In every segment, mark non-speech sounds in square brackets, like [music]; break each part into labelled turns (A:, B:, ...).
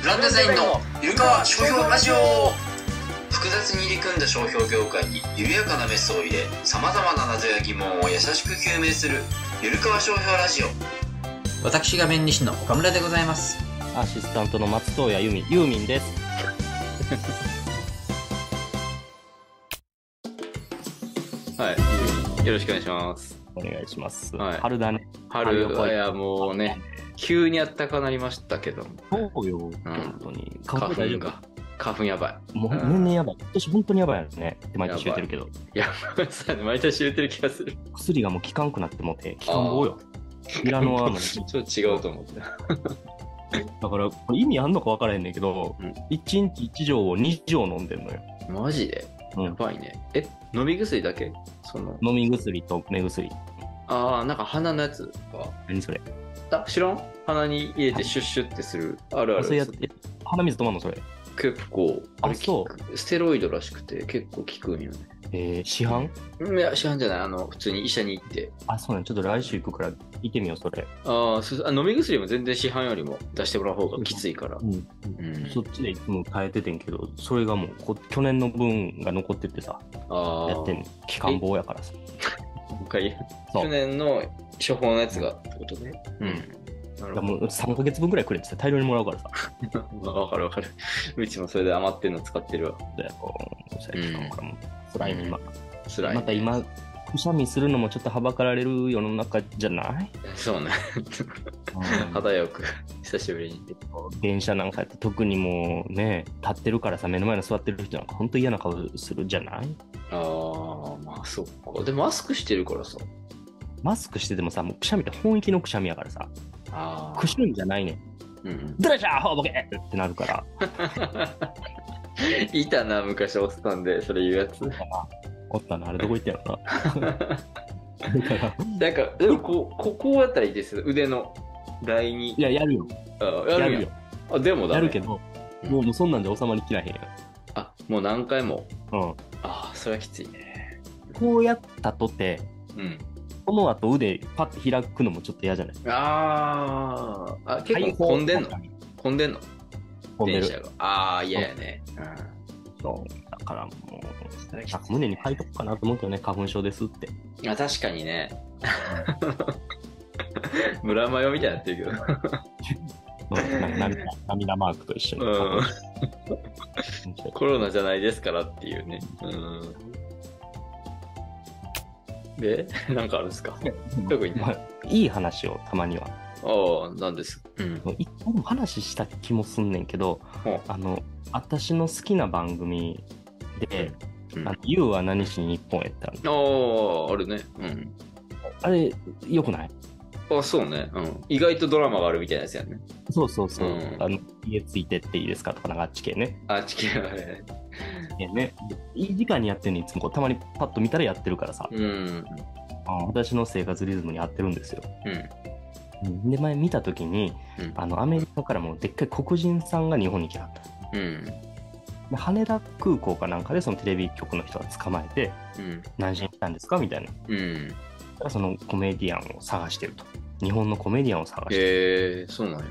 A: ブランデザインのゆるかわ商標ラジオ複雑に入り組んだ商標業界に緩やかなメスを入れさまざまな謎や疑問を優しく究明するゆるかわ商標ラジオ私が弁理士の岡村でございます
B: アシスタントの松任谷由実ユーミンです。
C: はい。よろしくお願いします。
B: お願いします。
C: はい
B: 春だね。春を
C: 春、
B: 越え
C: いや、もうね、急に暖かなりましたけど、
B: そうよ、本当に。
C: 花
B: 大丈
C: 粉
B: 夫
C: が。花粉やば
B: もう
C: うん
B: 年々やばい。今年本当にやばいですね。って毎年言ってるけど。
C: い。いや、ごめんなさいね、毎年言ってる気がする。
B: 薬がもう効かんくなってもって、効かんぼうよ。ミラノはもう、
C: [laughs] ちょっと違うと思ってた。
B: [laughs] だから、これ意味あんのか分からへんねんけど
C: うん、
B: 一日一錠を二錠飲んでんのよ。
C: マジで
B: うん
C: やばいね。え、飲み薬だけその、
B: 飲み薬と目薬。
C: あー、なんか鼻のやつは。
B: 何それ
C: あ、知らん鼻に入れてシュッシュッってする。あるあ
B: それやっ
C: る。
B: て、鼻水止まんのそれ。
C: 結構、
B: あ
C: れ
B: そ
C: ステロイドらしくて結構効くんよね。
B: えー、市販
C: うんいや、知らんじゃない。あの、普通に医者に行って。
B: あ、そうなんちょっと来週行くから、行ってみよう、それ。
C: ああ、そうあ飲み薬も全然市販よりも出してもらう方がきついから。
B: うん。
C: うん
B: そっちでいつも変えててんけど、それがもうこ去年の分が残っててさ、
C: ああ、
B: やってんの。期間棒やからさ。
C: もう一回言う
B: そう
C: 去年の処方のやつがってことね。うん。な
B: だ
C: る
B: から
C: ほ
B: もう3ヶ月分くらいくれってさ、大量にもらうからさ。
C: ど。わかるわかる。うちもそれで余ってるの使ってるわ。
B: だよ、こうそうやって使うからもう辛いね、今。
C: 辛い、ね。
B: また今、くしゃみするのもちょっとはばかられる世の中じゃない、
C: [laughs] そうね。肌よく、久しぶりに。
B: [laughs] 電車なんかやって特にもうね、立ってるからさ、目の前の座ってる人なんか本当嫌な顔するじゃない
C: ああ、まあそっか。で、マスクしてるからさ。
B: マスクしててもさ、もうくしゃみって本意気のくしゃみやからさ、
C: あ
B: くしゃみじゃないねん。
C: うん。
B: ドレシャーほぼけってなるから。
C: いたな、昔おっさんで、それ言うやつ。
B: おったな、あれどこ行ったよな。だ [laughs] から
C: なんか、でもこう、ここあたりですよ、腕の第二。
B: いや、やるよ。
C: あ
B: や
C: やるんや
B: るよ。
C: あ、でもだ、
B: やるけ。ど、
C: うん
B: もうもうそんなんで収まりきらへんや
C: あ、もう何回も。
B: ん。うん。
C: ああ、それはきついね。
B: こうやったとて、
C: うん。
B: この後腕パッて開くのもちょっと嫌じゃない
C: あーあ、結
B: 開
C: 構
B: 放
C: 混んでんの
B: 感
C: 混んでんの
B: 混んでる。
C: 電車が。ああ、嫌やね。
B: そうだからもう、
C: うん
B: なんか胸に書いとくかなと思うけどね、花粉症です
C: [laughs]
B: って。
C: あ確かにね。 [laughs] 村マヨみたいになってる [laughs] けど。
B: うんなんか涙涙マークと一緒に。
C: うん
B: 花粉症
C: コロナじゃないですからっていうね。うん。で、 [laughs] なんかあるんですか特にね
B: まあいい話をたまには。
C: ああ、なんです。うん。
B: 一回も話した気もすんねんけど
C: ほう、
B: あの、私の好きな番組で、
C: うん
B: あの YOU は何しに日本へってある
C: ああ、あるね。うん。
B: あれ、よくない
C: あそうね。うん。意外とドラマがあるみたいなやつやね。
B: そうそうそう。
C: うん
B: あの家ついてっていいですかとか、なんかあっち系ね。
C: あ、地球あれ。
B: いね。いい時間にやってるのいつもこうたまにパッと見たらやってるからさ、
C: うん。
B: あ私の生活リズムに合ってるんですよ。
C: うん。
B: で、前見たときに、
C: うん
B: あの、アメリカからもうでっかい黒人さんが日本に来はった。
C: うん。
B: で羽田空港かなんかでそのテレビ局の人が捕まえて、
C: うん。
B: 何しに来たんですかみたいな。
C: うん。
B: だからそのコメディアンを探してると。日本のコメディアンを探してる。
C: えー、そうなんや。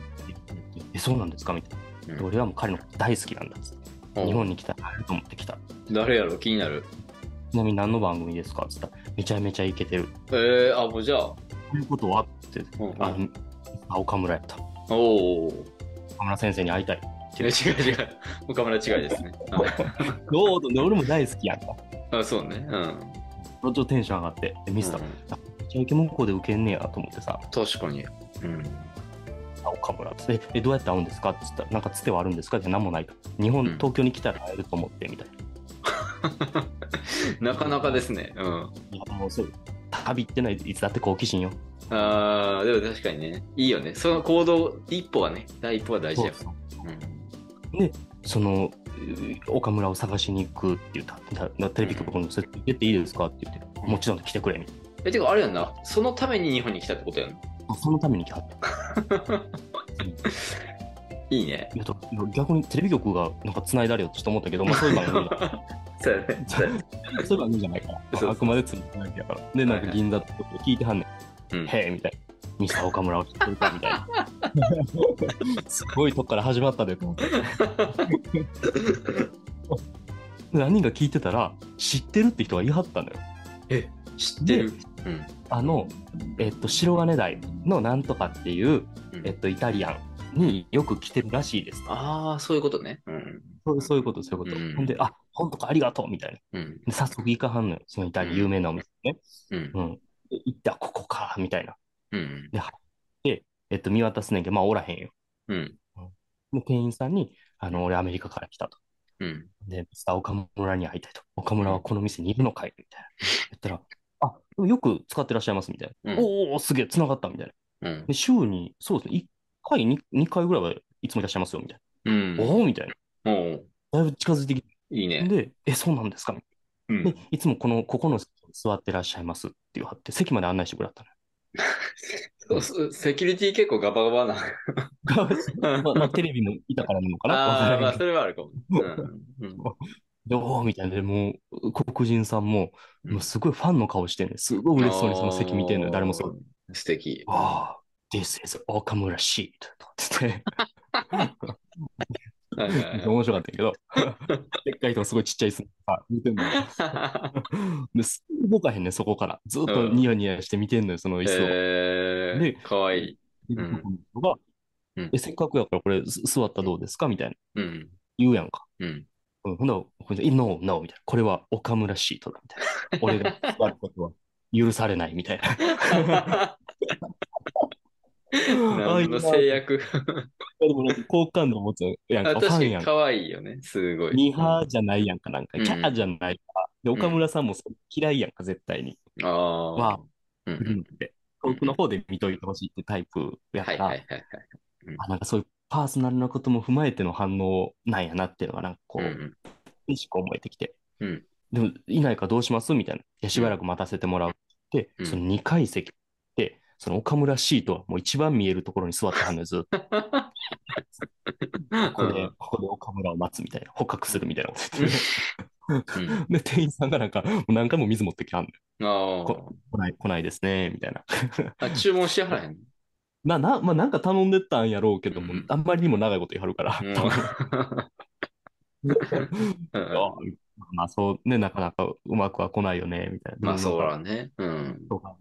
B: え、そうなんですかみたいな。で
C: うん
B: 俺はもう彼のこと大好きなんだっつって。日本に来たら会えると思って来た。
C: 誰やろ気になる。
B: ちなみに何の番組ですかって言ったら、めちゃめちゃイケてる。
C: えー、あ、もうじゃあ。
B: ということはって、
C: うん
B: あの、あ岡村やった。
C: おお。
B: 岡村先生に会いたい。
C: 違う違う違う。岡村違いで
B: [laughs]
C: すね。
B: どう俺も大好きやんか。
C: あ、そうね。うん。
B: ちょっとテンション上がって、でミスター、
C: うん
B: めちゃイケもこうで受けんねやと思ってさ、
C: 確かに。うん。 [laughs]
B: あ岡村っつって、ええ、どうやって会うんですかって言ったら、なんかつてはあるんですかって何もないと。日本、
C: うん
B: 東京に来たら会えると思ってみたいな。
C: なかなかですね。うん。
B: いや、もうそう、旅ってない、いつだって好奇心よ。
C: あー、でも確かにね。いいよね。その行動、一歩はね、第一歩は大事やから。うん
B: そのう岡村を探しに行くって言っただだテレビ局の設定出ていいですかって言って、もちろん来てくれみたい
C: え、てかあれやんな。そのために日本に来たってことやん。
B: なそのために来はった
C: いいね。
B: いやと逆にテレビ局がなんか繋いだれよってちょっと思ったけど、まあ、 [laughs] そういう番組
C: [laughs] そうやね。そうやね
B: そういう番組じゃないか
C: そう
B: ら
C: そう
B: あくまで繋いだれやからでなんか銀座ってことで聞いてはんねん、
C: う
B: [laughs]
C: ん
B: へえみたいなミスター岡村を知ってるかみたいなすごいとこから始まったでと思って。何人か聞いてたら、知ってるって人が言い張ったのよ。
C: [laughs] 知ってる。うん。
B: あの、えっと、白金台のなんとかっていう、
C: うん
B: えっと、イタリアンによく来てるらしいですと。
C: ああ、そういうことね。うん。
B: そうそういうこと、そういうこと。
C: うん
B: ほんで、あ、本とかありがとうみたいな。
C: うん。
B: で早速行かはんのよ。そのイタリア有名なお店ね。
C: うん。
B: うん。で行って、あ、ここか、みたいな。
C: うん。
B: で、入って、えっと、見渡すねんけど、まあ、おらへんよ。
C: うん。
B: で、店員さんに、あの、俺アメリカから来たと。
C: うん。
B: で、ミスター岡村に会いたいと。岡村はこの店にいるのかいみたいな。言ったら、あ、でもよく使ってらっしゃいますみたいな。
C: うん
B: おお、すげえ、繋がったみたいな。
C: うん
B: で、週に、そうですね、1回、2, 二回ぐらいはいつもいらっしゃいますよみたい
C: うん
B: な。。おおみたいな。
C: おお
B: だいぶ近づいてき
C: いい
B: て、
C: ね。
B: で、え、そうなんですかみ
C: う
B: たい
C: ん
B: な。。で、いつもこの、ここの席に座ってらっしゃいますって言わはって、席まで案内してくれはった
C: そうそうセキュリティ結構ガバ [laughs] ガバな。
B: のよ。まあまあ、テレビもいたからなのかなわからへ
C: [laughs] ああ、
B: ん
C: まあ、
B: け
C: それはあるかも。うんうん
B: どで、おおみたいな。で、もう、黒人さんも、
C: うん
B: もうすごいファンの顔してね、すごい嬉しそうにその席見てんのよ。誰もそう。
C: う。素敵。
B: ああ、This is 岡村シートとかって言って
C: はい [laughs] はいはい [laughs]
B: 面白かったけど、でっかい人がすごいちっちゃいすあ見てんのよ。 [laughs] です動かへんねん、そこから。ずっとニヤニヤして見てんのよ、その椅子を。
C: え
B: で
C: ー、かわいい。
B: で僕が
C: うん
B: えせっかくやからこれす座ったらどうですかみたいな。
C: うん。
B: 言うやんか。 [laughs]
C: うん。
B: うん、ほんなら、これ No, No みたいな。これは岡村シートだみたい
C: [laughs]
B: な。俺が座ることは許されないみたいな。あい
C: 何の制約。
B: でもなんか好感度持つやんか。
C: あ
B: フ
C: [laughs] 確
B: ァ
C: か
B: ンや
C: に
B: んか
C: 可愛いよね。すごい。
B: ニハーじゃないやんか、なんか、
C: うん
B: キャーじゃないから。で、岡村さんもそれ嫌いやんか、絶対に。
C: ああ。
B: は
C: うん
B: う
C: うん
B: んって遠くの方で見といてほしいってタイプや
C: は
B: か
C: い
B: ら、
C: はいはいはい。
B: あなんかそういうパーソナルなことも踏まえての反応なんやなっていうのが、なんかこ
C: う
B: う、
C: ん
B: 意識思えてきて、
C: うん
B: でも、いないからどうしますみたいな。いや、しばらく待たせてもらうって、
C: うん
B: その2階席で、その岡村シートはもう一番見えるところに座ってはんのよずっとここで、ここで岡村を待つみたいな、捕獲するみたいなこと言ってて
C: うんうん
B: [laughs] で、店員さんがなんか、もう何回も水持ってきはんのよ
C: あー
B: こ来ない、来ないですね、みたいな。
C: あ。注文しはらへん。
B: まあ、な、まあ、なんか頼んでたんやろうけども、
C: うん
B: あんまりにも長いこと言いはるから、
C: うん
B: 多分 [laughs]
C: うん
B: [laughs] まあ、そうね、なかなかうまくは来ないよね、みたいな。
C: まあそう
B: な
C: だ
B: んか
C: ね。うん。
B: そうか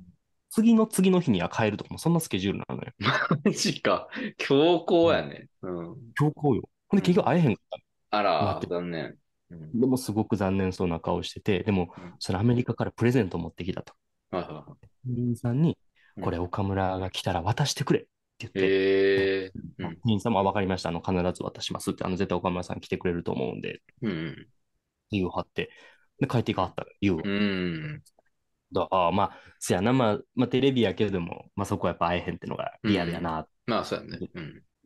B: 次の次の日には帰るとかも、そんなスケジュールなのよ。
C: マジか。強行やね。うん。
B: 強行よ。ほんで、結局会えへんかった
C: あ
B: 待
C: ら
B: っ、て
C: 残念。うん
B: の。でも、すごく残念そうな顔してて、でも
C: うん、
B: それアメリカからプレゼント持ってきたと。
C: はいはいはい
B: 店員さんに
C: う、ん
B: これ、岡村が来たら渡してくれって言って、
C: へえ。うん
B: 店員さんも、あ、わかりました、あの、必ず渡しますって、あの、絶対岡村さん来てくれると思うんで、
C: うん。
B: 言うはって、で、帰っていかはったら、言うわ
C: うん。
B: だああまあ、せやな、まあ、まあ、テレビやけれども、まあ、そこはやっぱ会えへんってのがリアルやな。
C: まあそうやね。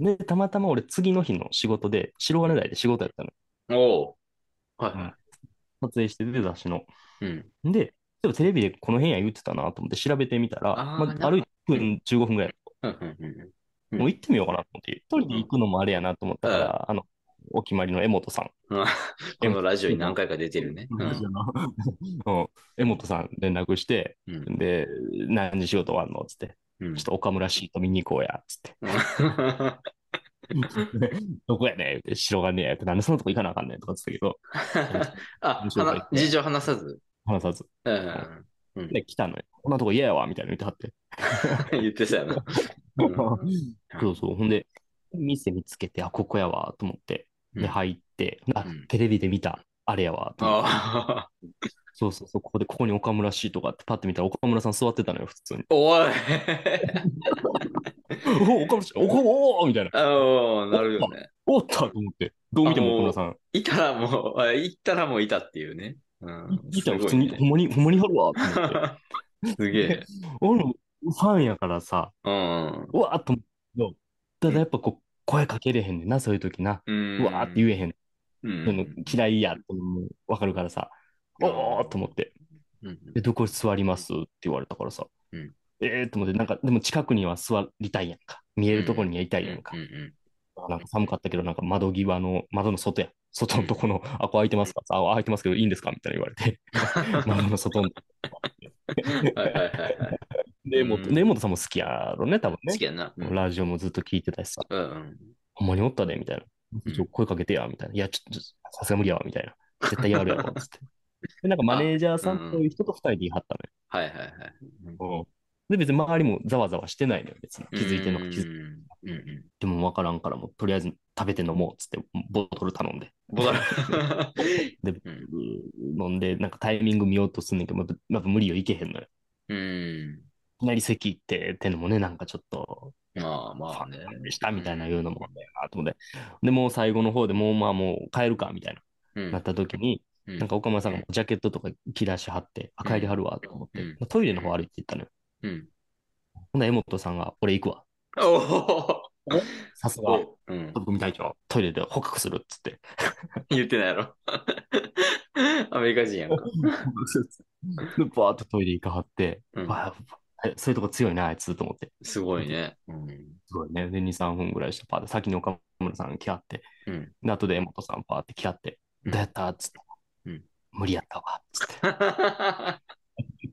C: うん。
B: で、たまたま俺、次の日の仕事で、白金台で仕事やったの。
C: おう。はいは
B: 撮影してて、雑誌の。
C: い。うん。
B: で、でもテレビでこの辺や言ってたなと思って調べてみたら、
C: あー
B: ま
C: な
B: あ、歩いて1分15分ぐらい、
C: うんうんうんうん
B: もう行ってみようかなと思って、一人で行くのもあれやなと思ったから、あの、お決まりの江本さん。
C: あこのラジオに何回か出てるね。う
B: ラジ
C: ん
B: オのうん [laughs] 江本さん連絡して、
C: うん
B: で、何時仕事終わんのっつって、
C: うん
B: ちょっと岡村シート見に行こうや、つって。どこやねんって、城がねえって、なんでそのとこ行かなあかんねんとかって言ってたけど、
C: [laughs] [laughs] あ、話事情話さず。
B: 話さず。
C: うん。
B: で、来たのよ。こんなとこ嫌やわ、みたいなの言って
C: 言ってた
B: [laughs]
C: よな。
B: はって。そうそう。ほんで、店見つけて、あ、ここやわ、と思って。
C: うん
B: で、入って、あ
C: うん、
B: テレビで見た、あれやわ、と思って。
C: ああ。
B: そうそうそう、ここで、ここに岡村シートがあって、パッて見たら、岡村さん座ってたのよ、普
C: [laughs]
B: 通に。
C: おい。
B: お岡村シート、おおおみたいな。
C: おおなるよね。
B: おったと思って。どう見ても岡村さん。
C: いたらもう、あ行ったらもういたっていうね。うん。
B: 見たら普
C: す
B: 通
C: ご
B: に、
C: いね
B: ほんまに、ほんまにあるわ、と思って。
C: [laughs] すげえ。
B: 俺もファンやからさ、
C: うん。
B: うわーっと思うけど、ただやっぱこう、声かけれへんねんな、そういう時な。
C: うん。
B: うわーって言えへん。
C: うん。
B: でも嫌いやってもう分かるからさ、おおーと思って、
C: うん。
B: で、どこ座りますって言われたからさ、
C: うん
B: えーと思って、なんか、でも近くには座りたいやんか。見えるところにやりたいやんか
C: う。ん
B: なんか寒かったけど、なんか窓際の、窓の外やん。外のとこの、あ、ここ空いてますかあ、空いてます
C: [laughs]
B: けどいいんですかみたいな言われて、窓の外の。
C: うんはいはいはいはい。
B: 根本、
C: うん
B: 根本さんも好きやろね、多分
C: 好
B: ね
C: き。やな。うん。
B: ラジオもずっと聞いてたしさ、
C: うんうん。
B: ほんまにおったで、みたいな。ちょ声かけてや、みたいな。いや、ちょっと、さすが無理やわ、みたいな。絶対やるやろ、
C: [laughs]
B: つって。で、なんかマネージャーさんという人と二人で言い張った
C: はいはいはい。うん
B: のよ。で、別に周りもざわざわしてないのよ、別に。気づいてんのか気づい
C: うんうんうん。
B: ても分からんから、もうとりあえず食べて飲もう、つって、ボトル頼んで。
C: ボラ。
B: で、
C: うん
B: 飲んで、なんかタイミング見ようとすんねんけど、やっぱやっぱ無理よ、いけへんのよ。
C: うん。
B: いきなり席行ってってのもね、なんかちょっと、
C: まあ
B: フ
C: ま
B: ァ
C: あね。
B: ンでしたみたいなようなもんだよなと思って。で、もう最後の方でもう、まあもう帰るかみたいな、
C: うん
B: なった時に、
C: うん
B: なんか岡村さんがジャケットとか着出しはって、あ、帰りはるわと思って、
C: うん
B: トイレの方歩いていったのよ。
C: うん。
B: ほんなら江本さんが、俺行くわ。
C: おお
B: さすが、
C: おうん、
B: 特組隊長、トイレで捕獲するっつって。
C: 言ってないやろ。アメリカ人やん
B: で、
C: か。
B: バーっとトイレ行かはって、
C: うん
B: わあえそういうとこ強いな、あいつと思って。
C: すごいね。うん。
B: すごいね。で、2、3分ぐらいして、パーって、先に岡村さん来はって、
C: うん
B: で、後で江本さんパーって来はって、
C: うん
B: どうやったっつって、
C: うん
B: 無理やったわ、つ
C: [laughs]
B: って。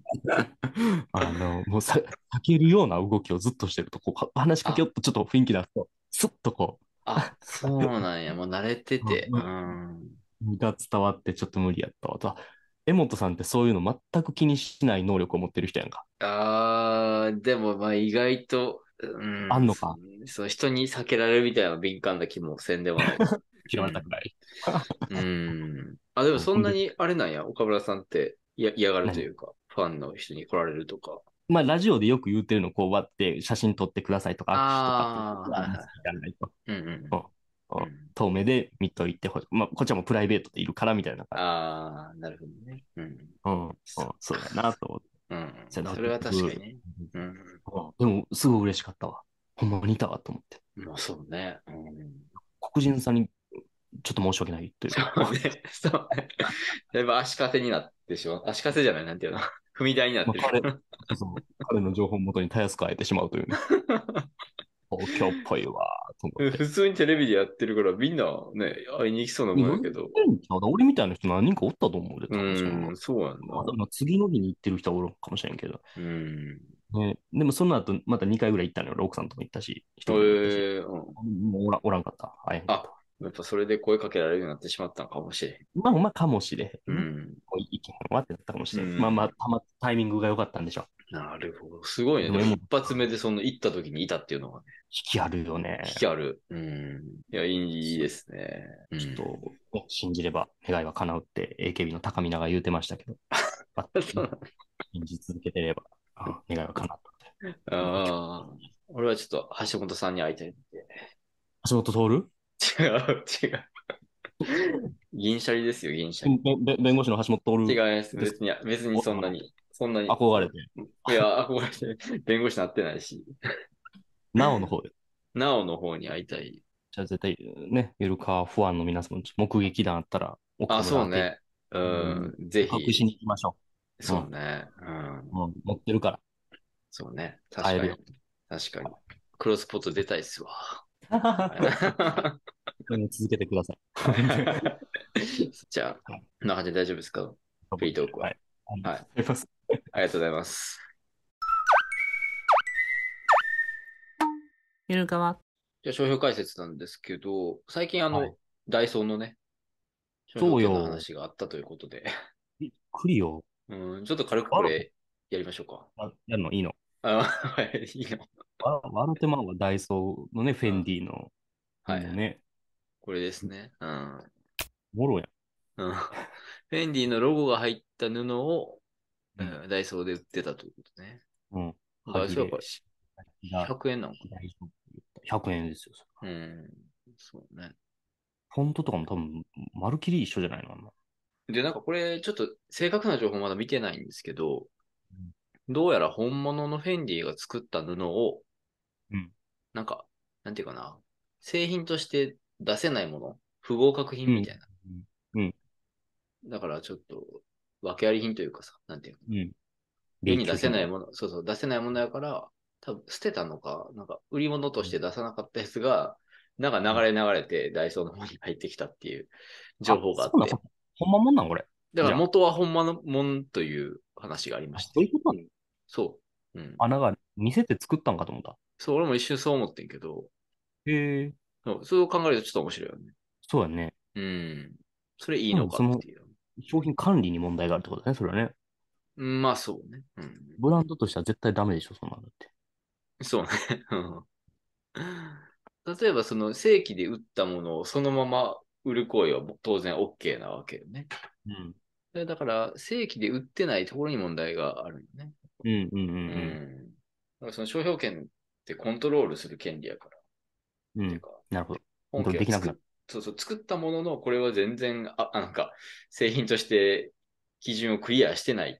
B: あの、もうさ、避けるような動きをずっとしてると、こうか、話しかけよっとちょっと雰囲気出すと、スッとこ [laughs]
C: あ、そうなんや。もう慣れてて。
B: う
C: うん。
B: う、が伝わってちょっと無理やったわと。あ江本さんってそういうの全く気にしない能力を持ってる人やんか。
C: あー、でもまあ意外と、うん。
B: あんのか。
C: そう、人に避けられるみたいな敏感な気もせんで
B: [laughs]
C: もない。
B: 嫌われたくない。
C: うん。あ、でもそんなにあれなんや。岡村さんっていや嫌がるというか、ファンの人に来られるとか。
B: まあ、ラジオでよく言うてるの、こう割って写真撮ってくださいとか、握手
C: あー
B: とかって、やらないと。
C: うんうん
B: うん
C: うん。
B: 遠目で見といてほしい。まあ、こっちはもうプライベートでいるからみたいな感
C: ああ、なるほどね。うん。
B: じ。うん、うん、そうだなと思って。
C: うん。
B: じ
C: そ
B: ゃあ
C: れは確かにね。うん。
B: [laughs] うんでも、すごい嬉しかったわ。ほんまにいたわと思って。
C: まあそうね。うん。
B: 黒人さんにちょっと申し訳ないというか。
C: そうね。そうね。だいぶ足かせになってしまう。足かせじゃないなんていうの。 [laughs] 踏み台になってる。
B: そう彼の情報をもとにたやすく会えてしまうと [laughs] いうね。東京っぽいわと思って。
C: [laughs] 普通にテレビでやってるから、みんなね、会いに行きそうなもんやけど。
B: 俺みたいな人何人かおったと思うで、多
C: う
B: 分そ
C: ん、そうなんだ。
B: のまあ次の日に行ってる人はおるかもしれんけど。
C: うん。
B: ね、でもその後、また2回ぐらい行ったのよ。奥さんとも行ったし、一人
C: え
B: も行ったし
C: ーうん。
B: もうおらおらんかった。会えへんかった。
C: やっぱそれで声かけられるようになってしまったのかもしれ
B: まあまあかもしれへ。
C: ん。うんん。
B: もう行けへんわってなったかもしれ
C: うん
B: ん。まあまあ、たまタイミングが良かったんでしょう。
C: なるほど。すごい
B: で
C: ね。
B: も
C: でも一発目でその行った時にいたっていうのがね、
B: 引きあるよね。
C: 引きある。うん。いや、いいいいですね。うん
B: ちょっと、ね信じれば願いは叶うって AKB の高見永が言うてましたけど、まあ
C: [laughs] そうな
B: 信じ続けてればあ願いは叶ったって。
C: ああ。俺はちょっと橋本さんに会いたいんで。
B: 橋本徹
C: 違う、違う。 [laughs] 銀シャリですよ、銀シャリ。
B: 弁弁弁護士の橋本
C: 違い
B: 徹
C: ます。別に、別にそんなに。そんなに。
B: 憧れて、
C: いや、憧れて、弁護士なってないし。
B: なおの方で。
C: なおの方に会いたい。
B: じゃあ絶対ね、ゆるかファンの皆さん、目撃談あったら、
C: あ、そう。ね。うん、ぜ
B: 隠し
C: ひ。
B: に行きましょ
C: そうね。うん
B: う。。うん、持ってるから。
C: そうね。確
B: 会え
C: か
B: る
C: に
B: よ。
C: 確かに。クロスポット出たいっすわ。 [laughs]
B: 続けてください。
C: じゃあ、こんな感じで大丈夫ですかフリートークは
B: はい。ありがとうございます。
C: ありがとうございます。
D: ゆるかわ。
C: じゃあ、商標解説なんですけど、最近あの、
B: はい
C: ダイソーのね、
B: そ
C: 商
B: う
C: 標
B: よ
C: 権の話があったということで、 [laughs]
B: クリオ、
C: うん、ちょっと軽くこれやりましょうか。
B: あやるのいいの
C: あはい、いいの。
B: わワルテマンはダイソーのね、フェンディの、
C: はい
B: のね、
C: これですね。うん。
B: もろやん。
C: うん、フェンディのロゴが入った布を、う
B: うん
C: ん、ダイソーで売ってたということね。
B: うん。
C: ダイソーはこ
B: い
C: れ
B: や
C: 100円なのか。
B: 100円ですよ。それ
C: うん。そうね。
B: フォントとかも多分、まるっきり一緒じゃないのあんな
C: で、なんかこれ、ちょっと正確な情報まだ見てないんですけど、どうやら本物のフェンディが作った布を、
B: うん
C: なんか、なんていうかな、製品として出せないもの、不合格品みたいな。
B: うんうん
C: だからちょっと、訳あり品というかさ、なんていうの、
B: うん。
C: 世に出せない
B: ん。
C: もの、そうそう、出せないものやから、多分捨てたのか、なんか売り物として出さなかったやつが、なんか流れ流れてダイソーの方に入ってきたっていう情報があっ
B: そうなん
C: て。
B: ほんほんまもんなんこれ。
C: だか
B: じ
C: ら
B: ゃあ
C: 元はほんまのもんという話がありました。
B: ういうことなの
C: そうん。
B: 穴が店って作ったんかと思った。
C: そう、俺も一瞬そう思ってんけど、
B: へえ。
C: そうそう考えるとちょっと面白いよね。
B: そうやね。
C: うん。それいいのかっていう。
B: 商品管理に問題があるってことだね、それはね。
C: うんまあそうね。うん。
B: ブランドとしては絶対ダメでしょ、そんなんだって。
C: そうね。うん例えばその正規で売ったものをそのまま売る行為は当然 OK なわけよね。
B: うん。
C: でだから正規で売ってないところに問題があるよね。
B: うんうんう
C: うんん。だからその商標権ってコントロールする権利やから。
B: うん。う。
C: っていうんか、
B: なるほど。
C: 本
B: 本当に
C: 家
B: でき
C: を
B: な
C: 作
B: くな
C: っ
B: る。
C: そうそう作ったものの、これは全然あ、なんか、製品として基準をクリアしてない。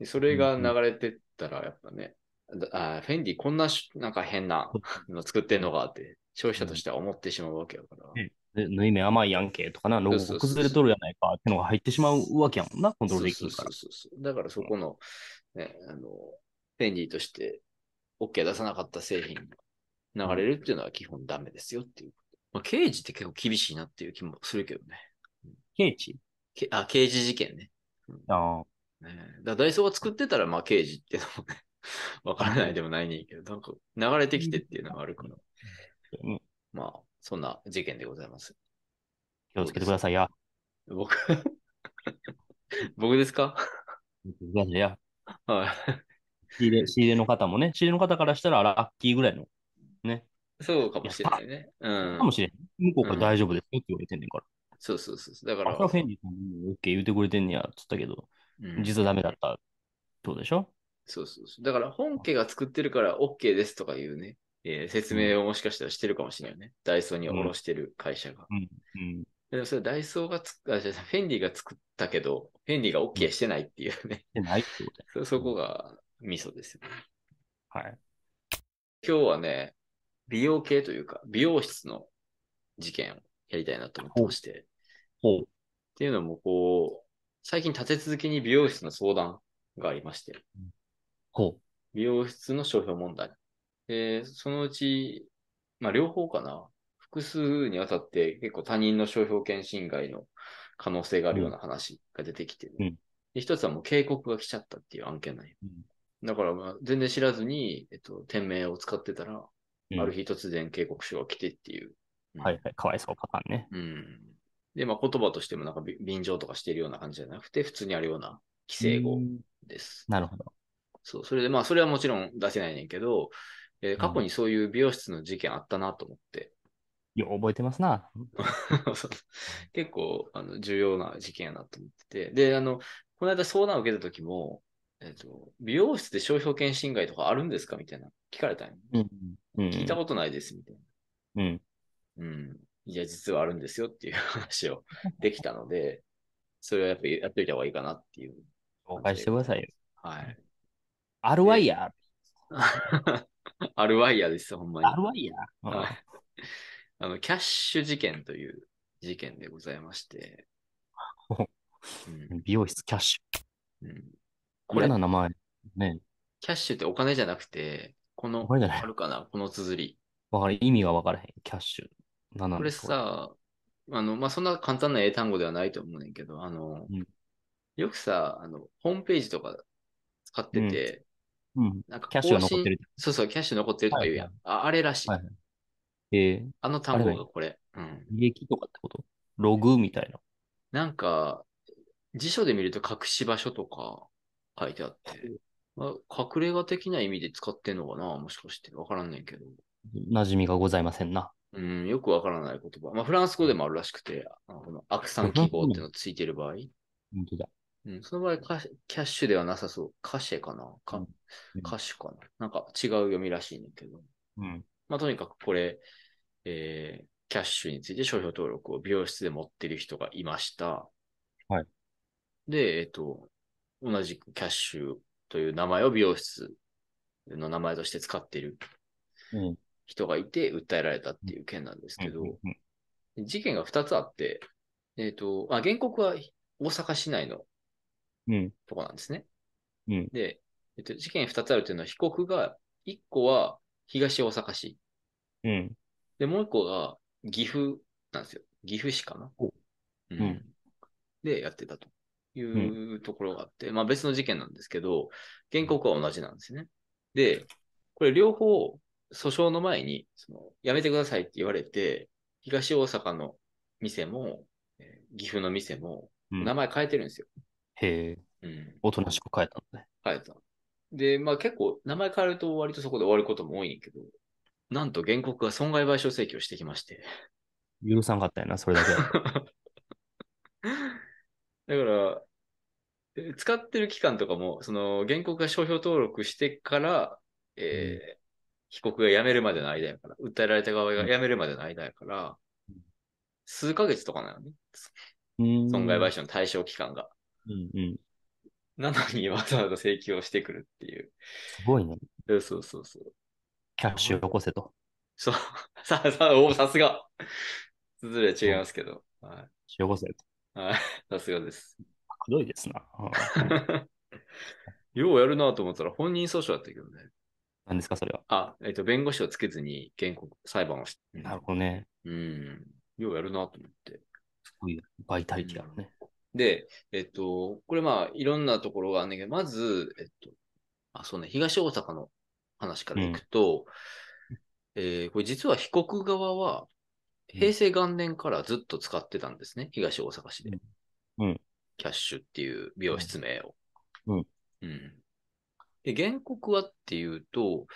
C: でそれが流れてったら、やっぱね、だあーフェンディこんなし、なんか変なの作ってんのかって、消費者としては思ってしまうわけやから。
B: うんで縫い目甘いやんけとかな、ロゴ
C: そうそうそう
B: 崩れとるやないかってのが入ってしまうわけやもんな、コントロールでき
C: そう
B: る
C: そ
B: か
C: う
B: ら。
C: そうそう。だからそこの、ね、あの、フェンディとして OK 出さなかった製品が流れるっていうのは基本ダメですよっていう。まあ、刑事って結構厳しいなっていう気もするけどね。
B: ケーチ
C: けあ、刑事事件ね。
B: ああ。
C: ねえ、だからダイソーが作ってたら、まあ、刑事っていうのもね、 [laughs] わからないでもないねんけど、なんか流れてきてっていうのがあるから、
B: うん
C: まあ、そんな事件でございます。
B: 気をつけてくださいや。
C: 僕、 [laughs] 僕ですか
B: 気をつけてくださいや。
C: は
B: 仕入れ、仕入れの方もね、仕入れの方からしたら、ラッキーぐらいの、
C: い。そうかもしれないね。う
B: かも
C: ん。
B: しれん。向こうから大丈夫ですよって言われてんねんから。
C: そうそうそう。だか
B: あ、
C: ら
B: それ、はフェンディさんに OK 言うてくれてんねや、つったけど、
C: うん
B: 実はダメだった。どうでしょ
C: そうそうそう。だから、本家が作ってるから OK ですとかいうね、えー説明をもしかしたらしてるかもしれないよね。ダイソーに卸してる会社が。
B: うん。
C: でもそれダイソーがつく、あ、じゃあフェンディが作ったけど、フェンディが OK してないっていうね。
B: でないってこと
C: そ、 [laughs] そこがミソですよね。
B: や。はい。
C: 今日はね、美容系というか、美容室の事件をやりたいなと思ってまして。っ
B: ほう。
C: ていうのも、こう、最近立て続けに美容室の相談がありまして、
B: ほう。
C: 美容室の商標問題。で、そのうち、まあ両方かな。複数にわたって結構他人の商標権侵害の可能性があるような話が出てきてね、
B: うん
C: で、一つはもう警告が来ちゃったっていう案件なんよ。だからまあ全然知らずに、えっと、店名を使ってたら、
B: うん
C: ある日突然警告書が来てっていう。うん
B: はいはい。かわいそうパターンね。
C: うん。で、まあ言葉としてもなんかび便乗とかしてるような感じじゃなくて、普通にあるような規制語
B: うん
C: です。
B: なるほど。
C: そう、それでまあそれはもちろん出せないねんけど、えー過去にそういう美容室の事件あったなと思って、 [laughs]
B: よう覚えてますな。
C: そう結構あの重要な事件やなと思ってて、で、あの、この間相談を受けた時も、えっと、美容室で商標権侵害とかあるんですかみたいな聞かれたんよ
B: うん。うん。
C: 聞いたことないです、みたいな。
B: うん。
C: うん。いや、実はあるんですよっていう話を [laughs] できたので、それはやっぱりやっといた方がいいかなっていう。
B: 紹介してくださいよ。
C: はい。
B: アルワイヤー。
C: あるワイヤーです、ほんまに。
B: アルワイヤー。うん
C: はい。あの、キャッシュ事件という事件でございま
B: [laughs]
C: して。
B: ほ
C: うん
B: 美容室キャッシ
C: うん
B: ュ。
C: こ
B: 嫌
C: れ、
B: な名前。ね。
C: キャッシュってお金じゃなくて、この、
B: お金じゃない
C: あるかな、この綴り。
B: わかる。意味がわからへん。キャッシュ。何なん
C: こ
B: で
C: れ
B: すか
C: さ、あの、まあ、そんな簡単な英単語ではないと思うねんけど、あの、
B: うん
C: よくさ、あの、ホームページとか使ってて、
B: れうん。
C: なんか
B: キャッシュが
C: 更新
B: 残ってる。
C: そうそう、キャッシュ残ってるとか言うやん。
B: は
C: ああれらしい,、
B: はいえー、
C: あの単語
B: あれ
C: がこれ。うん。
B: 履歴とかってことログみたいな。
C: なんか、辞書で見ると隠し場所とか書いてあって、まあ、隠れ家的な意味で使ってんのかなもしかして。わからんねんけど。
B: 馴染みがございませんな。
C: うん、よくわからない言葉。まあ、フランス語でもあるらしくて、あのこのアクサン記号っていうのついてる場合。
B: 本当だ。
C: うん、その場合カ、キャッシュではなさそう。カシェかな
B: う
C: か
B: んうん
C: カシュかななんか違う読みらしいねんけど。
B: うん。
C: まあ、とにかくこれ、えーキャッシュについて商標登録を美容室で持ってる人がいました。
B: はい。
C: で、えっ、と、同じくキャッシュという名前を美容室の名前として使ってる
B: うん。
C: 人がいて訴えられたっていう件なんですけど、
B: うん
C: 事件が2つあって、えっ、と、あ、原告は大阪市内の
B: うん。
C: とこなんですね。
B: うん
C: で、えっと、事件2つあるというのは、被告が、1個は東大阪市、
B: うん。
C: で、もう1個が岐阜なんですよ。岐阜市かな。
B: お
C: うん
B: うん
C: で、やってたというところがあって、まあ別の事件なんですけど、原告は同じなんですね。で、これ両方、訴訟の前に、その、やめてくださいって言われて、東大阪の店も、えー岐阜の店も、
B: うん
C: 名前変えてるんですよ。
B: へえ、
C: うん
B: おとなしく変えたんだね。
C: 変えた。で、まあ結構、名前変えると割とそこで終わることも多いんやけど、なんと原告が損害賠償請求をしてきまして。
B: 許さんかったよな、それだ [laughs] けだと。
C: だから、え使ってる期間とかも、その原告が商標登録してから、えー被告が辞めるまでの間やから、訴えられた側が辞めるまでの間やから、数ヶ月とかなのね、損害
B: 償。
C: 賠償の対象期間が。
B: うんうん。
C: なのにわざわざ請求をしてくるっていう。
B: すごいね。
C: そうそうそうそう。
B: キャッシュよこせと。
C: そう。 [laughs] さあさあ、おーさすが。ずずれ違いますけど。は
B: よこせと。
C: い。はい。さすがです。
B: くどいですな。うん
C: [laughs] ようやるなと思ったら本人訴訟だったけどね。
B: 何ですか、それは。
C: あ、えっ、と、弁護士をつけずに原告、裁判をし
B: [laughs]
C: て。
B: なるほどね。
C: うん。ようやるなと思って。
B: すごいバイタリティあるね。
C: で、えっ、と、これまあ、いろんなところがあるんだけど、まず、えっ、と、あ、そうね、東大阪の話からいくと、えーこれ実は被告側は、平成元年からずっと使ってたんですね、東大阪市で。
B: うん
C: キャッシュっていう美容室名を。
B: うん
C: うんで、原告はっていうと、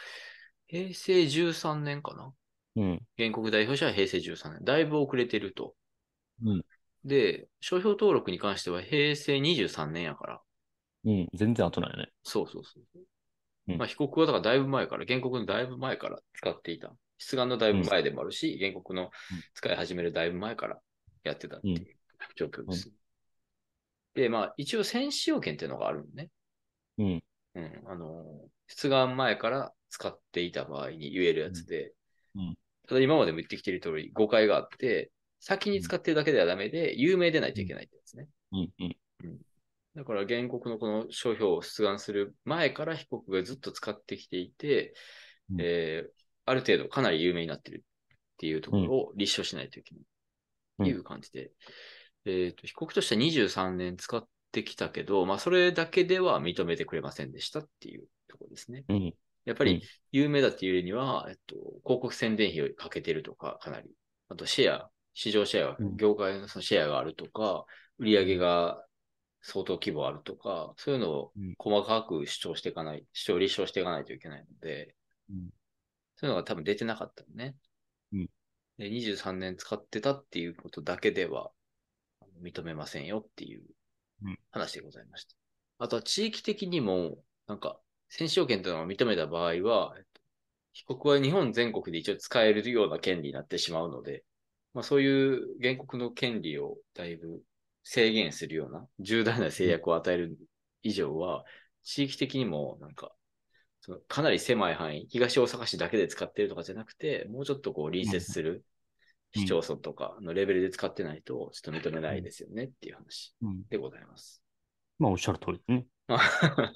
C: 平成13年かな
B: うん。
C: 原告代表者は平成13年。だいぶ遅れてると。
B: うん
C: で、商標登録に関しては平成23年やから。
B: うん。全然後なんよね。
C: そうそうそう。
B: うん
C: まあ、被告はだからだいぶ前から、原告のだいぶ前から使っていた。出願のだいぶ前でもあるし、原告の使い始めるだいぶ前からやってたっていう状況です。で、まあ、一応先使用権っていうのがあるのね。
B: うん。
C: うん、あの、出願前から使っていた場合に言えるやつで、
B: うんうん
C: ただ今までも言ってきている通り誤解があって、先に使ってるだけではダメで、有名でないといけないってやつね。
B: うん。うん。
C: だから原告のこの商標を出願する前から被告がずっと使ってきていて、
B: うん
C: えーある程度かなり有名になってるっていうところを立証しないといけないっていう感じで、えーと被告としては23年使ってきたけど、まあ、それだけでは認めてくれませんでしたっていうところですね。
B: うん。
C: やっぱ
B: うん
C: り有名だっていうには、えっと、広告宣伝費をかけてるとか、かなり。あとシェア、市場シェア、
B: うん
C: 業界のそのシェアがあるとか、売り上げが相当規模あるとか、そういうのを
B: うん
C: 細かく主張していかない、主張立証していかないといけないので、
B: うん
C: そういうのが多分出てなかったのね。
B: うん
C: で23年使ってたっていうことだけではあの認めませんよっていう
B: うん
C: 話でございました。あとは地域的にも、なんか、先使用権というのを認めた場合は、えっと被告は日本全国で一応使えるような権利になってしまうので、まあ、そういう原告の権利をだいぶ制限するような重大な制約を与える以上は、地域的にもなんか、そのかなり狭い範囲、東大阪市だけで使ってるとかじゃなくて、もうちょっとこう隣接する
B: うん
C: 市町村とかのレベルで使ってないと、ちょっと認めないですよねっていう話
B: うん。
C: でございます。 [laughs]
B: まあ、おっしゃる通りですね。
C: あ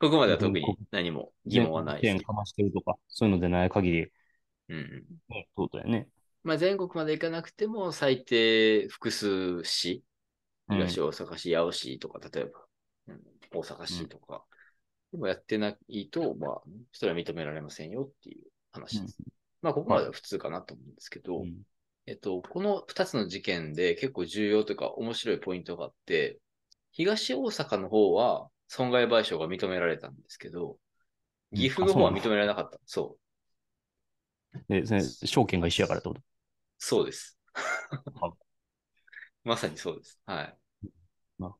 C: ここまでは特に何も疑問はないです
B: 全国圏かましてるとか、そういうのでない限り、
C: うんうん
B: ね、そうだよね。
C: まあ、全国まで行かなくても、最低複数市、
B: うん
C: 東大阪市、八尾市とか、例えば、うん大阪市とか、でもやってないと、まあ、それは認められませんよっていう話です。まあ、ここまでは普通かなと思うんですけど、
B: うん
C: えっと、この2つの事件で結構重要というか面白いポイントがあって、東大阪の方は損害賠償が認められたんですけど、
B: うん
C: 岐阜の方は
B: あそうなん
C: 認
B: だ
C: められなかった。そう、
B: で、それ証券が一緒やからってこと。
C: そうです
B: あ。
C: [laughs] まさにそうです。はい。
B: なるほ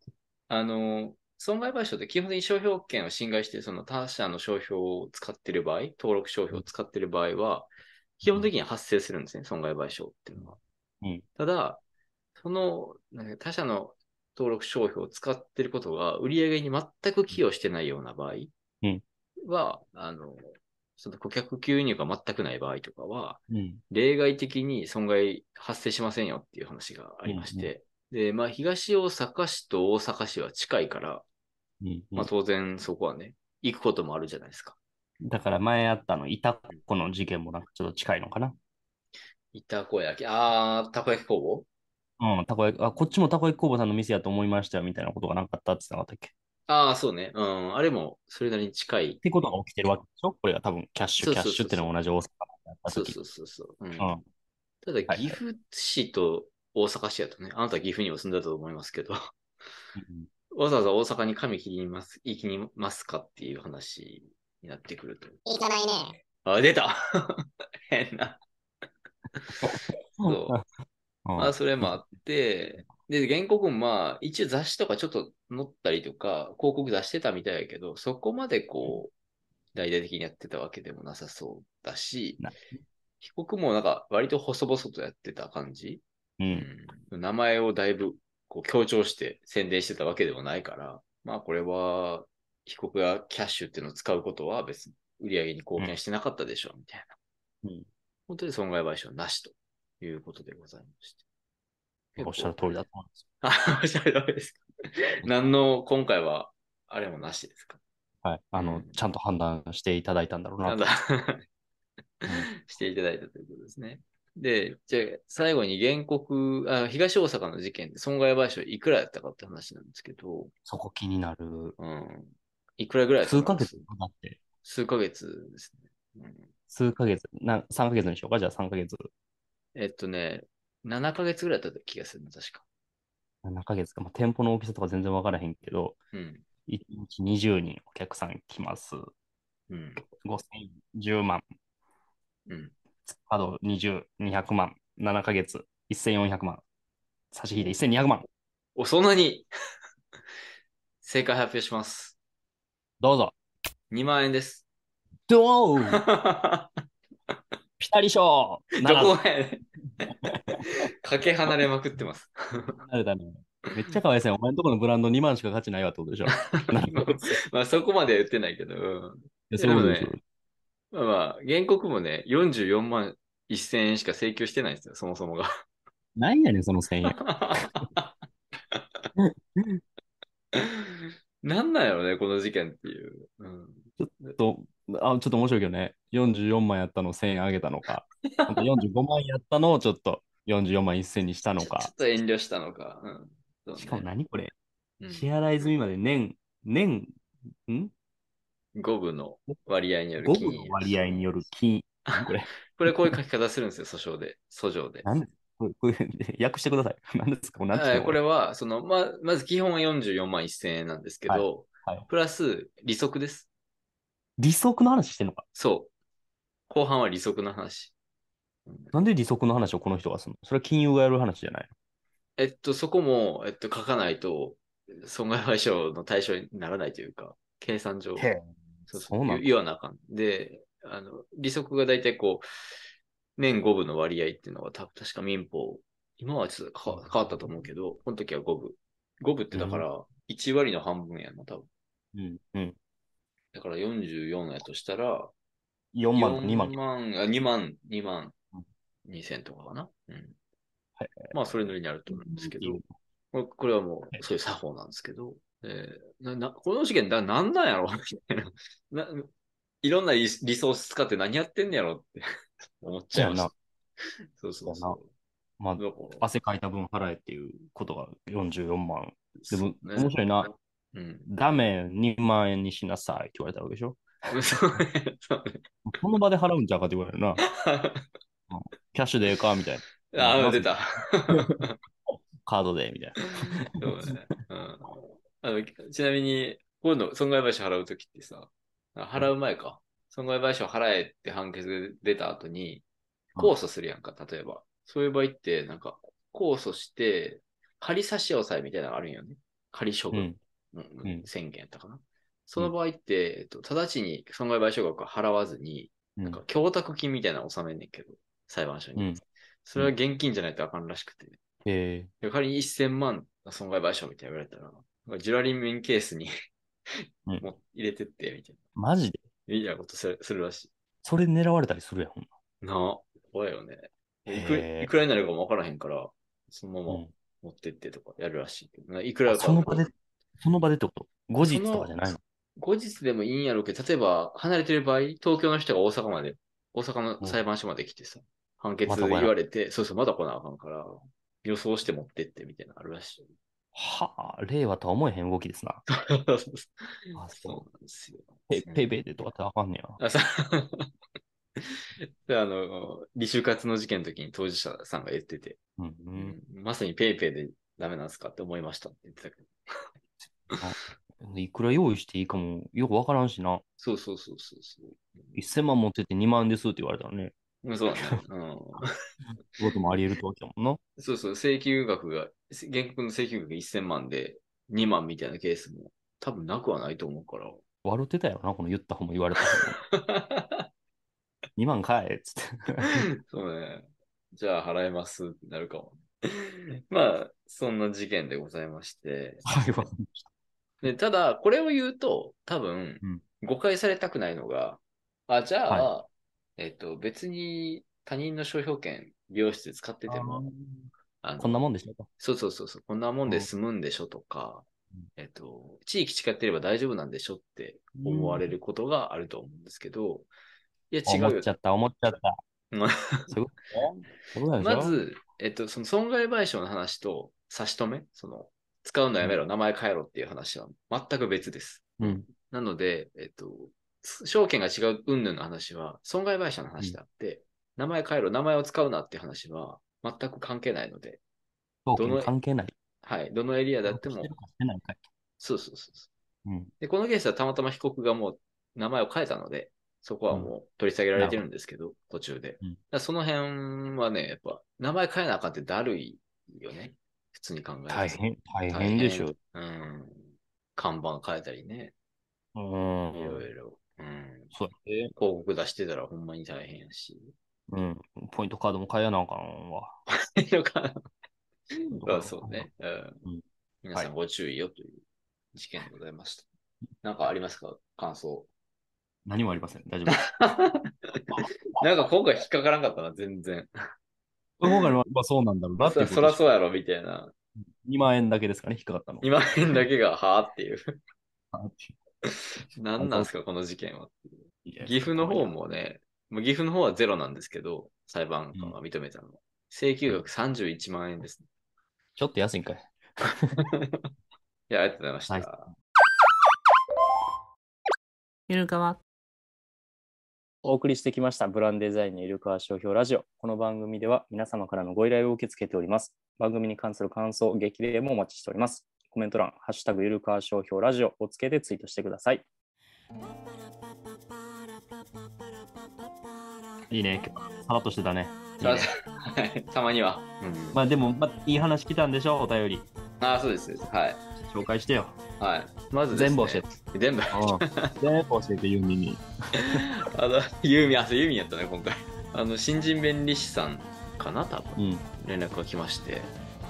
C: あの、損害賠償って基本的に商標権を侵害して、その他社の商標を使ってる場合、登録商標を使ってる場合は、基本的には発生するんですね、損害賠償っていうのは。
B: うん
C: ただ、その、なんか他社の登録商標を使ってることが売り上げに全く寄与してないような場合
B: うん
C: は、あの、その顧客吸入が全くない場合とかは、
B: うん。
C: 例外的に損害発生しませんよっていう話がありまして、で、まあ、東大阪市と大阪市は近いから、
B: うん。
C: まあ、当然そこはね、行くこともあるじゃないですか。
B: だから前あったの、いたこの事件もなんかちょっと近いのかな。
C: いたこ焼き、あー、たこ焼き工房
B: うん、たこ焼き、あ、こっちもたこ焼き工房さんの店やと思いましたよみたいなことがなんかあったって言ってなかったっけ
C: ああ、そうね。うん。あれも、それなりに近い。
B: てことが起きてるわけでしょこれが多分、キャッシュ、
C: そう
B: キ
C: そ
B: ャッ
C: うそう
B: シュってのは同じ大阪だった
C: そう
B: 時。
C: そうそうそう。うん
B: うん
C: ただ、
B: はい
C: 岐阜市と大阪市やとね、あなたは岐阜にも住んだと思いますけど、 [laughs]
B: うん
C: わざわざ大阪に髪切りにます、行きにますかっていう話になってくると。
D: 行かないね。
C: あ、出た [laughs] 変な。そう。
B: うん
C: まあ、それもあって、で、原告もまあ、一応雑誌とかちょっと載ったりとか、広告出してたみたいやけど、そこまでこう、大々的にやってたわけでもなさそうだし
B: な、
C: 被告もなんか、割と細々とやってた感じ、
B: うん。
C: うん名前をだいぶこう強調して宣伝してたわけでもないから、まあ、これは、被告がキャッシュっていうのを使うことは別に売り上げに貢献してなかったでしょう、みたいな。
B: うん
C: 本当に損害賠償なしということでございました。
B: おっしゃる通りだと思うんです
C: [laughs] あ、おっしゃる通りですか。何の、今回は、あれもなしですか。
B: よ。はい。あの、ちゃんと判断していただいたんだろうな
C: な
B: んと。
C: だ。 [laughs] していただいたということですね。で、じゃあ、最後に原告あ、東大阪の事件で損害賠償いくらやったかって話なんですけど、
B: そこ気になる。
C: うん。いくらぐらいやった
B: 数ヶ
C: かな
B: 月だって。
C: 数ヶ月ですね。
B: 数ヶ月。な3ヶ月にしようか。じゃあ3ヶ月。
C: うん、えっとね、7ヶ月ぐらいだった気がするな、確か。
B: 7ヶ月か。まあ、店舗の大きさとか全然わからへんけど、
C: うん。
B: 1日20人お客さん来ます。
C: うん。
B: 5010万。
C: うん。
B: あと20、200万。7ヶ月。1400万。差し引いて1200万。
C: お、そんなに [laughs] 正解発表します。
B: どうぞ。
C: 2万円です。
B: どうピタリ賞な
C: ど
B: ら
C: こやねん [laughs] かけ離れまくってます。 [laughs]
B: なれたね。めっちゃかわいそうやんお前のとこのブランド2万しか価値ないわってことでしょ。なるほどい
C: まあそこまでは言ってないけど、うん
B: やそういうことでしょ
C: でもまあまあ、原告もね、44万1000円しか請求してないんですよ、そもそもが。
B: なんやねん、その1000円。
C: なんなんやろね、この事件っていう。うん
B: [laughs] とあちょっと面白いけどね。44万やったのを1000円上げたのか。ほんと45万やったのをちょっと44万1000にしたの
C: ちょ [laughs] ちょ
B: か
C: っ。と遠慮したのか。うんそうね
B: しかも何これ
C: うん
B: 支払い済みまで年、年、ん
C: 五分の割合による
B: ?5
C: 金
B: 分の割合による金。これ、
C: これこういう書き方するんですよ、訴訟で、訴状で。
B: なんでこれこれ [laughs] 訳してください。何ですかこれ何です
C: は
B: か
C: い、これは、その、ま、まず基本は44万1000円なんですけど、
B: はいはい
C: プラス利息です。
B: 利息の話してんのか
C: そう。後半は利息の話。
B: なんで利息の話をこの人がするのそれは金融がやる話じゃない
C: えっと、そこも、えっと、書かないと、損害賠償の対象にならないというか、計算上、
B: へえ
C: そう
B: そうなんだ
C: 言言わなあかん。で、あの、利息が大体こう、年5分の割合っていうのがた確か民法、今はちょっと変わ変わったと思うけど、この時は5分。5分ってだから、1割の半分やな、多分。
B: うん。うん。
C: だから44やとしたら、
B: 4万とか2万
C: 4。万あ2万、2万
B: うん
C: 2千とかかな。うん
B: はい
C: まあ、それなりにあると思うんですけど
B: うん、
C: これこれはもう、そういう作法なんですけど、えーななこの事件だ、なんなんやろ [laughs] みたいな。ないろんなリリソース使って何やってんねやろって [laughs] 思っちゃいました。そうそうそう。
B: まあ、
C: だから
B: 汗かいた分払えっていうことが44万。で
C: そう
B: も
C: ね、
B: 面白いな。
C: うん。 [laughs]
B: ダメ、2万円にしなさいって言われたわけでしょ。
C: そうね。そうね [laughs]
B: この場で払うんちゃうかって言われるな。キャッシュでええかみたいな。
C: ああ、出た。
B: カードでみたいな。
C: そうね。うん。あの、ちなみに、今度、損害賠償払うときってさ、あ払う前か。損害賠償払えって判決で出た後に、控訴するやんか、例えば。そういう場合って、なんか、控訴して、仮差し押さえみたいなのがあるんよね。仮処
B: う
C: 分、
B: ん。
C: うん
B: んうん
C: 宣言やったかな。その場合って、えっと、直ちに損害賠償額を払わずに、
B: うん
C: なんか、供託金みたいなの納めんねんけど、裁判所に。
B: うん
C: それは現金じゃないとあかんらしくて。
B: え
C: で仮に1000万損害賠償みたいな言われたら、なんかジュラリメンケースに
B: うん
C: [laughs] もう入れてって、みたい
B: ー、マジで
C: な。みたいなことするするらし
B: それ狙われたりするやん、ほん
C: い。なあ、怖いよね。いく
B: へえ
C: いくらになるかもわからへんから、その
B: ま
C: まま持ってってとかやるらしいけどな。いくらか。
B: その場で、その場でってこと後日とかじゃないの
C: 後日でもいいんやろうけど、例えば離れてる場合、東京の人が大阪まで、大阪
B: う
C: の
B: ん
C: 裁判所まで来てさ、判決
B: また
C: 言
B: 来な [laughs]
C: われて、そうそう、まだ来なあかんから、予想して持ってってみたいなのあるらしい。
B: はあ、令和とは思えへん動きですな。あ
C: そう
B: そ
C: なんですよ。
B: う。ペペベでとかってあかんねや。
C: あ、さ、であの、履修活の事件の時に当事者さんが言ってて、
B: うんうん
C: まさにペイペイでダメなんですかって思いましたって言ってたけど。
B: いくら用意していいかもよくわからんしな。
C: そうそうそうそうそう。
B: 1000万持ってて2万円ですって言われたら
C: [laughs]
B: ね、
C: うんそうだね。うん。
B: 仕事もあり得るってわけやもんな。
C: そうそう、請求額が、せ原告の請求額が1000万で2万みたいなケースも多分なくはないと思うから。
B: 笑ってたよな、この言った方も言われた方も。2万かえっつって。
C: そうね。じゃあ払いますってなるかも。まあ、そんな事件でございまして。
B: はい、わかりました
C: でただ、これを言うと、多分
B: うん、
C: 誤解されたくないのが、あ、じゃあ、
B: は
C: えっと、別に他人の商標権、美容室使ってても、あの
B: こんなもんでしょうか。
C: そうそうそうそう、こんなもんで済むんでしょとか
B: うん、
C: えっと、地域近ってれば大丈夫なんでしょって思われることがあると思うんですけど、いや、違う
B: 思っ
C: よ
B: ち。ゃった、思っちゃった。
C: ま
B: そういうことそういうことなんでしょ
C: まず、えっと、その損害賠償の話と差し止め、その、使うのやめろ、名前変えろっていう話は全く別です。
B: うん。
C: なので、えっと、証券が違う云々の話は、損害賠償の話であって、名前変えろ、名前を使うなっていう話は、全く関係ないので、
B: そう
C: どの
B: 関係ない。
C: はい、どのエリアであっても
B: してる、かしてないかい
C: そうそうそうそう。
B: うん。
C: で、このケースはたまたま被告がもう名前を変えたので、そこはもう取り下げられてるんですけど、途中で。
B: うん
C: だからその辺はね、やっぱ、名前変えなあかんってだるいよね。普通に考えると
B: 大。変、大変でしょ
C: うん。看板変えたりね、
B: う。
C: いろ
B: ん。
C: いろ。うん。
B: そうやね
C: 広告出してたらほんまに大変やし。 [laughs]
B: うん。ポイントカードも変えやなあかんわ。
C: とか
B: うん
C: そうね。う
B: うんん。
C: 皆さんご注意よという事件でございました。なんかありますか
B: [laughs]
C: 感想。
B: 何もありません。大丈夫です。 [laughs]
C: なんか今回引っかからんかったな、全然。
B: 今回のはまあそうなんだろうなってい
C: そう
B: こと
C: そらそうやろ、みたいな。
B: 2万円だけですかね、引っかかったの。
C: 今辺だけが、はあっていう。 [laughs]
B: い
C: 何なんですか、この事件は。
B: や
C: 岐阜の方。もね、もう岐阜の方はゼロなんですけど、裁判官が認めたのは。請求額31万円ですね。
B: ちょっと安いんかい。
C: いや、ありがとうございました。
B: はい
D: ゆるかわ
E: お送りしてきましたブランデザインのイルカワ商標ラジオ。この番組では皆様からのご依頼を受け付けております。番組に関する感想、激励もお待ちしております。コメント欄、ハッシュタグゆるかわ商標ラジオをつけてツイートしてください。
B: いいね。さらっとしてたね。いいね
C: はいたまには。うん
B: まあでも、まあ、いい話来たんでしょ、お便り。
C: ああ、そうです。はい。
B: 紹介してよ。
C: はい。まずですね、
B: 全部教えて。
C: 全部。 [laughs] あ
B: 全部教えて、ユーミンに。
C: の、ユーミン、あ、そう、ユーミンやったね、今回。あの、新人弁理士さんかな、多分。
B: うん。
C: 連絡が来まして、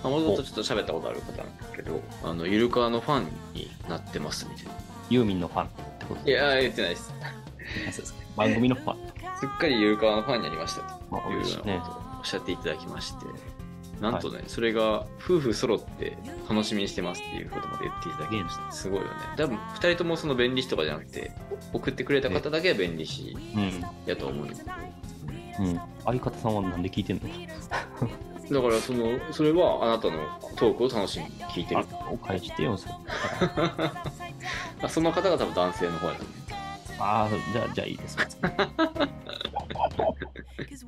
C: まあ、もともとちょっと喋ったことある方なんですけど、あの、ゆるかわのファンになってますみたいな。
B: ユーミンのファンってこと
C: い
B: で
C: やー、言ってないです。
B: そうですね番組のファン。
C: すっかりゆるかわのファンになりましたと
B: まあ、
C: いう
B: 嬉し
C: よ
B: いう
C: な
B: ね
C: こ。とをおっしゃっていただきまして、なんとね、それが夫婦揃って楽しみにしてますっていうことまで言っていただきました。すごいよね。多分、二人ともその便利士とかじゃなくて、送ってくれた方だけは便利士
B: うん。
C: やと思うんですけど。
B: うん。相方さんはなんで聞いてんの
C: だからそのそれはあなたのトークを楽しみに聞いてる
B: あ、お返ししてよ、それ。
C: [laughs] あその方が多分男性の方やと思
B: ああ、じゃあ、じゃあいい
C: [laughs]
B: です。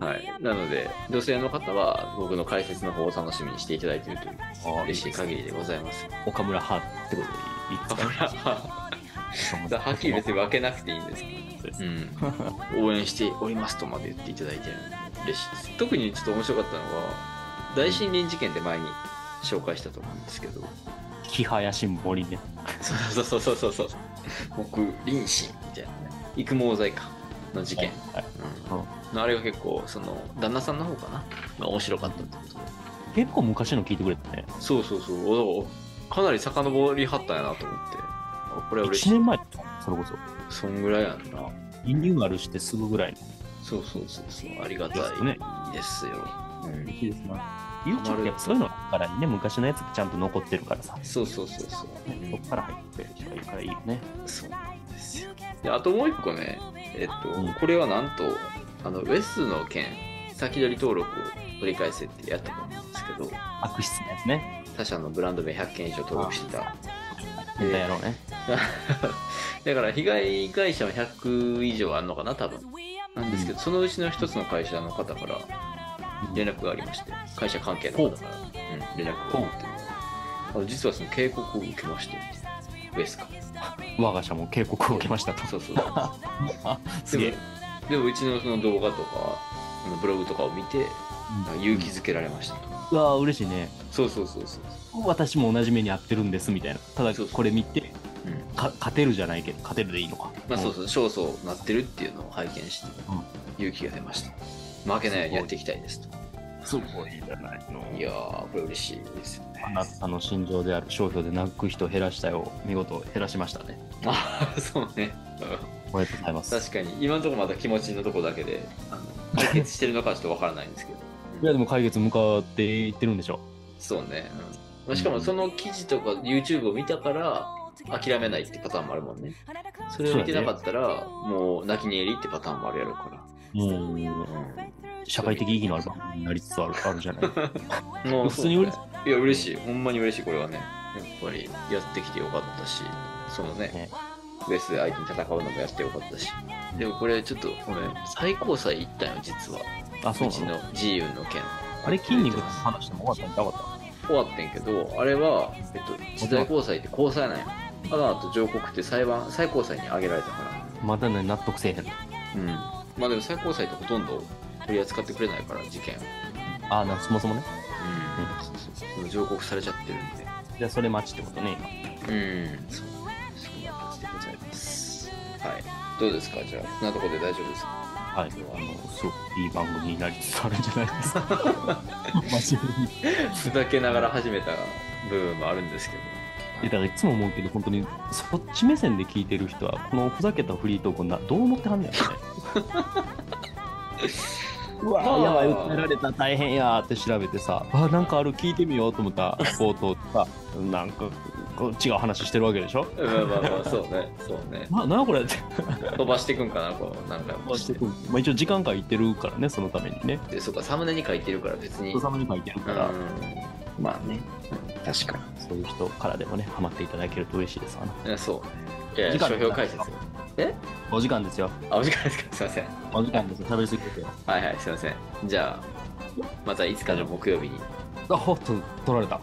C: う [laughs] はいなので女性の方は僕の解説の方を楽しみにしていただいているという
B: あ
C: 嬉しい限りでございます
B: 岡村派ってことでいいですか
C: ははっきり別に分けなくていいんですけど、うん、応援しておりますとまで言っていただいてるんで嬉しいです特にちょっと面白かったのは大森林事件で前に紹介したと思うんですけど
B: 木林森ね。
C: そうそうそうそうそうそう僕林心みたいなね育毛剤かの事件
B: はい
C: うん、あれが結構その旦那さんの方かなが面白かったってことで
B: 結構昔の聞いてくれたね。
C: そうそうそうおかなり遡りはったんやなと思ってあこれは嬉
B: 1
C: しい
B: 年前だったのそれこそ。
C: そんぐらいやんな
B: リニューアルしてすぐぐらいの。
C: そうそうそうそうありがたい
B: ですね
C: ですよ、うん
B: いいですな。YouTube ってやっぱそういうのがあるからね、昔のやつがちゃんと残ってるからさ。
C: そうそうそうそう、
B: ね、そこから入ってる人がいるからいいよね。
C: そうなんですよであともう一個ねえっと、
B: うん
C: これはなんとあのウェスの件先取り登録を取り返せってやったと思うんですけど、
B: 悪質なやつね。
C: 他社のブランド名100件以上登録して [laughs] た。
B: 変態野郎ね。
C: だから被害会社は100以上あるのかな、多分。なんですけど、そのうちの一つの会社の方から連絡がありまして、会社関係の方から、うん、連絡があって、あの実はその警告を受けまして、ウエスカ。
B: 我が社も警告を受けましたと。
C: そうそう。 [laughs] でも
B: あすげえ。
C: でもうちのその動画とか、あのブログとかを見て、なんか勇気づけられましたと。
B: うわー嬉しいね。
C: そうそうそうそう。
B: 私も同じ目に遭ってるんですみたいな。ただ
C: そうそう
B: これ見て、
C: うん
B: か勝てるじゃないけど、勝てるでいいのか。
C: まあそうそう、勝訴なってるっていうのを拝見して、勇気が出ました。負けないようにやっていきたいですと。
B: うん。すごいじゃないの。
C: いやー、これ嬉しいですよね。
B: あなたの心情である商標で泣く人を減らしたよう見事減らしましたね。
C: あ [laughs] そうね。
B: おめでとうございます。
C: 確かに、今のところまだ気持ちのとこだけで、あの解決してるのかはちょっとわからないんですけど。 [laughs]
B: いやでも解決向かっていってるんでしょ
C: そうね。うんまあしかもその記事とか YouTube を見たから、諦めないってパターンもあるもんね。それを見てなかったら、もう泣き寝入りってパターンもあるやろうか
B: う。もう社会的意義のある番組になりつつあ
C: [laughs]
B: るあるじゃない。
C: ら。もう
B: 普通に嬉し
C: そうねいや、嬉しい。ほんまに嬉しい、これはね。やっぱりやってきてよかったし、そのね、
B: ね
C: ウエスで相手に戦うのもやってよかったし。でもこれちょっとごめん、最高裁行ったよ、実は。
B: あ、そうう
C: ち
B: なの
C: の自由の件。
B: あれ筋肉の話しても終わったんじゃなかっ
C: 終わってんけど、あれは、えっと、時代交際って交際なんや。あの後上告って裁判、最高裁に上げられたから。
B: たまだね、納得せえへんの。
C: うん。まあでも最高裁ってほとんど取り扱ってくれないから、事件を。
B: あ、なそもそもね。
C: うん。そうそうでも上告されちゃってるんで。
B: じゃあそれ待ちってことね、
C: うん。そう。そんな感じでございます。はい。どうですかじゃあ、そんなとこで大丈夫ですか
B: 今。はい。あの、すごくいい番組になりつつあるんじゃないです [laughs] か。真面目に。
C: [laughs] ふざけながら始めた部分もあるんですけど。
B: いやだからいつも思うけど、本当に、そっち目線で聞いてる人は、このふざけたフリートークをなどう思ってはんねやろね。 [laughs] うわ、
C: まあ
B: やばい、訴えられた、大変やーって調べてさ、あ、なんかある、聞いてみようと思った冒頭とか、なんか、こう違う話してるわけでしょ。
C: まあまあまあ、そう [laughs] ね。そうね。
B: な、なんやこれって。
C: 飛ばしていくんかな、こう、なんか。
B: まあ、一応時間がいてるからね、そのためにね。
C: でそうかサムネに書いてるから別に
B: 人様に書いてあるから、
C: うんまあね確か
B: そういう人からでもね、ハマっていただけると嬉しいですわな。
C: にそうねいや
B: 時間
C: 書評解説
B: お時間ですよ。
C: あお時間ですかすいません
B: お時間ですよ。喋りすぎててよ。
C: はいはいすいませんじゃあまたいつかの木曜日に
B: あ、ほっと取られ [laughs] た。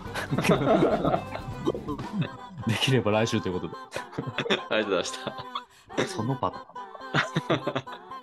B: できれば来週ということ
C: ありがとうございました
B: で。そのパターン。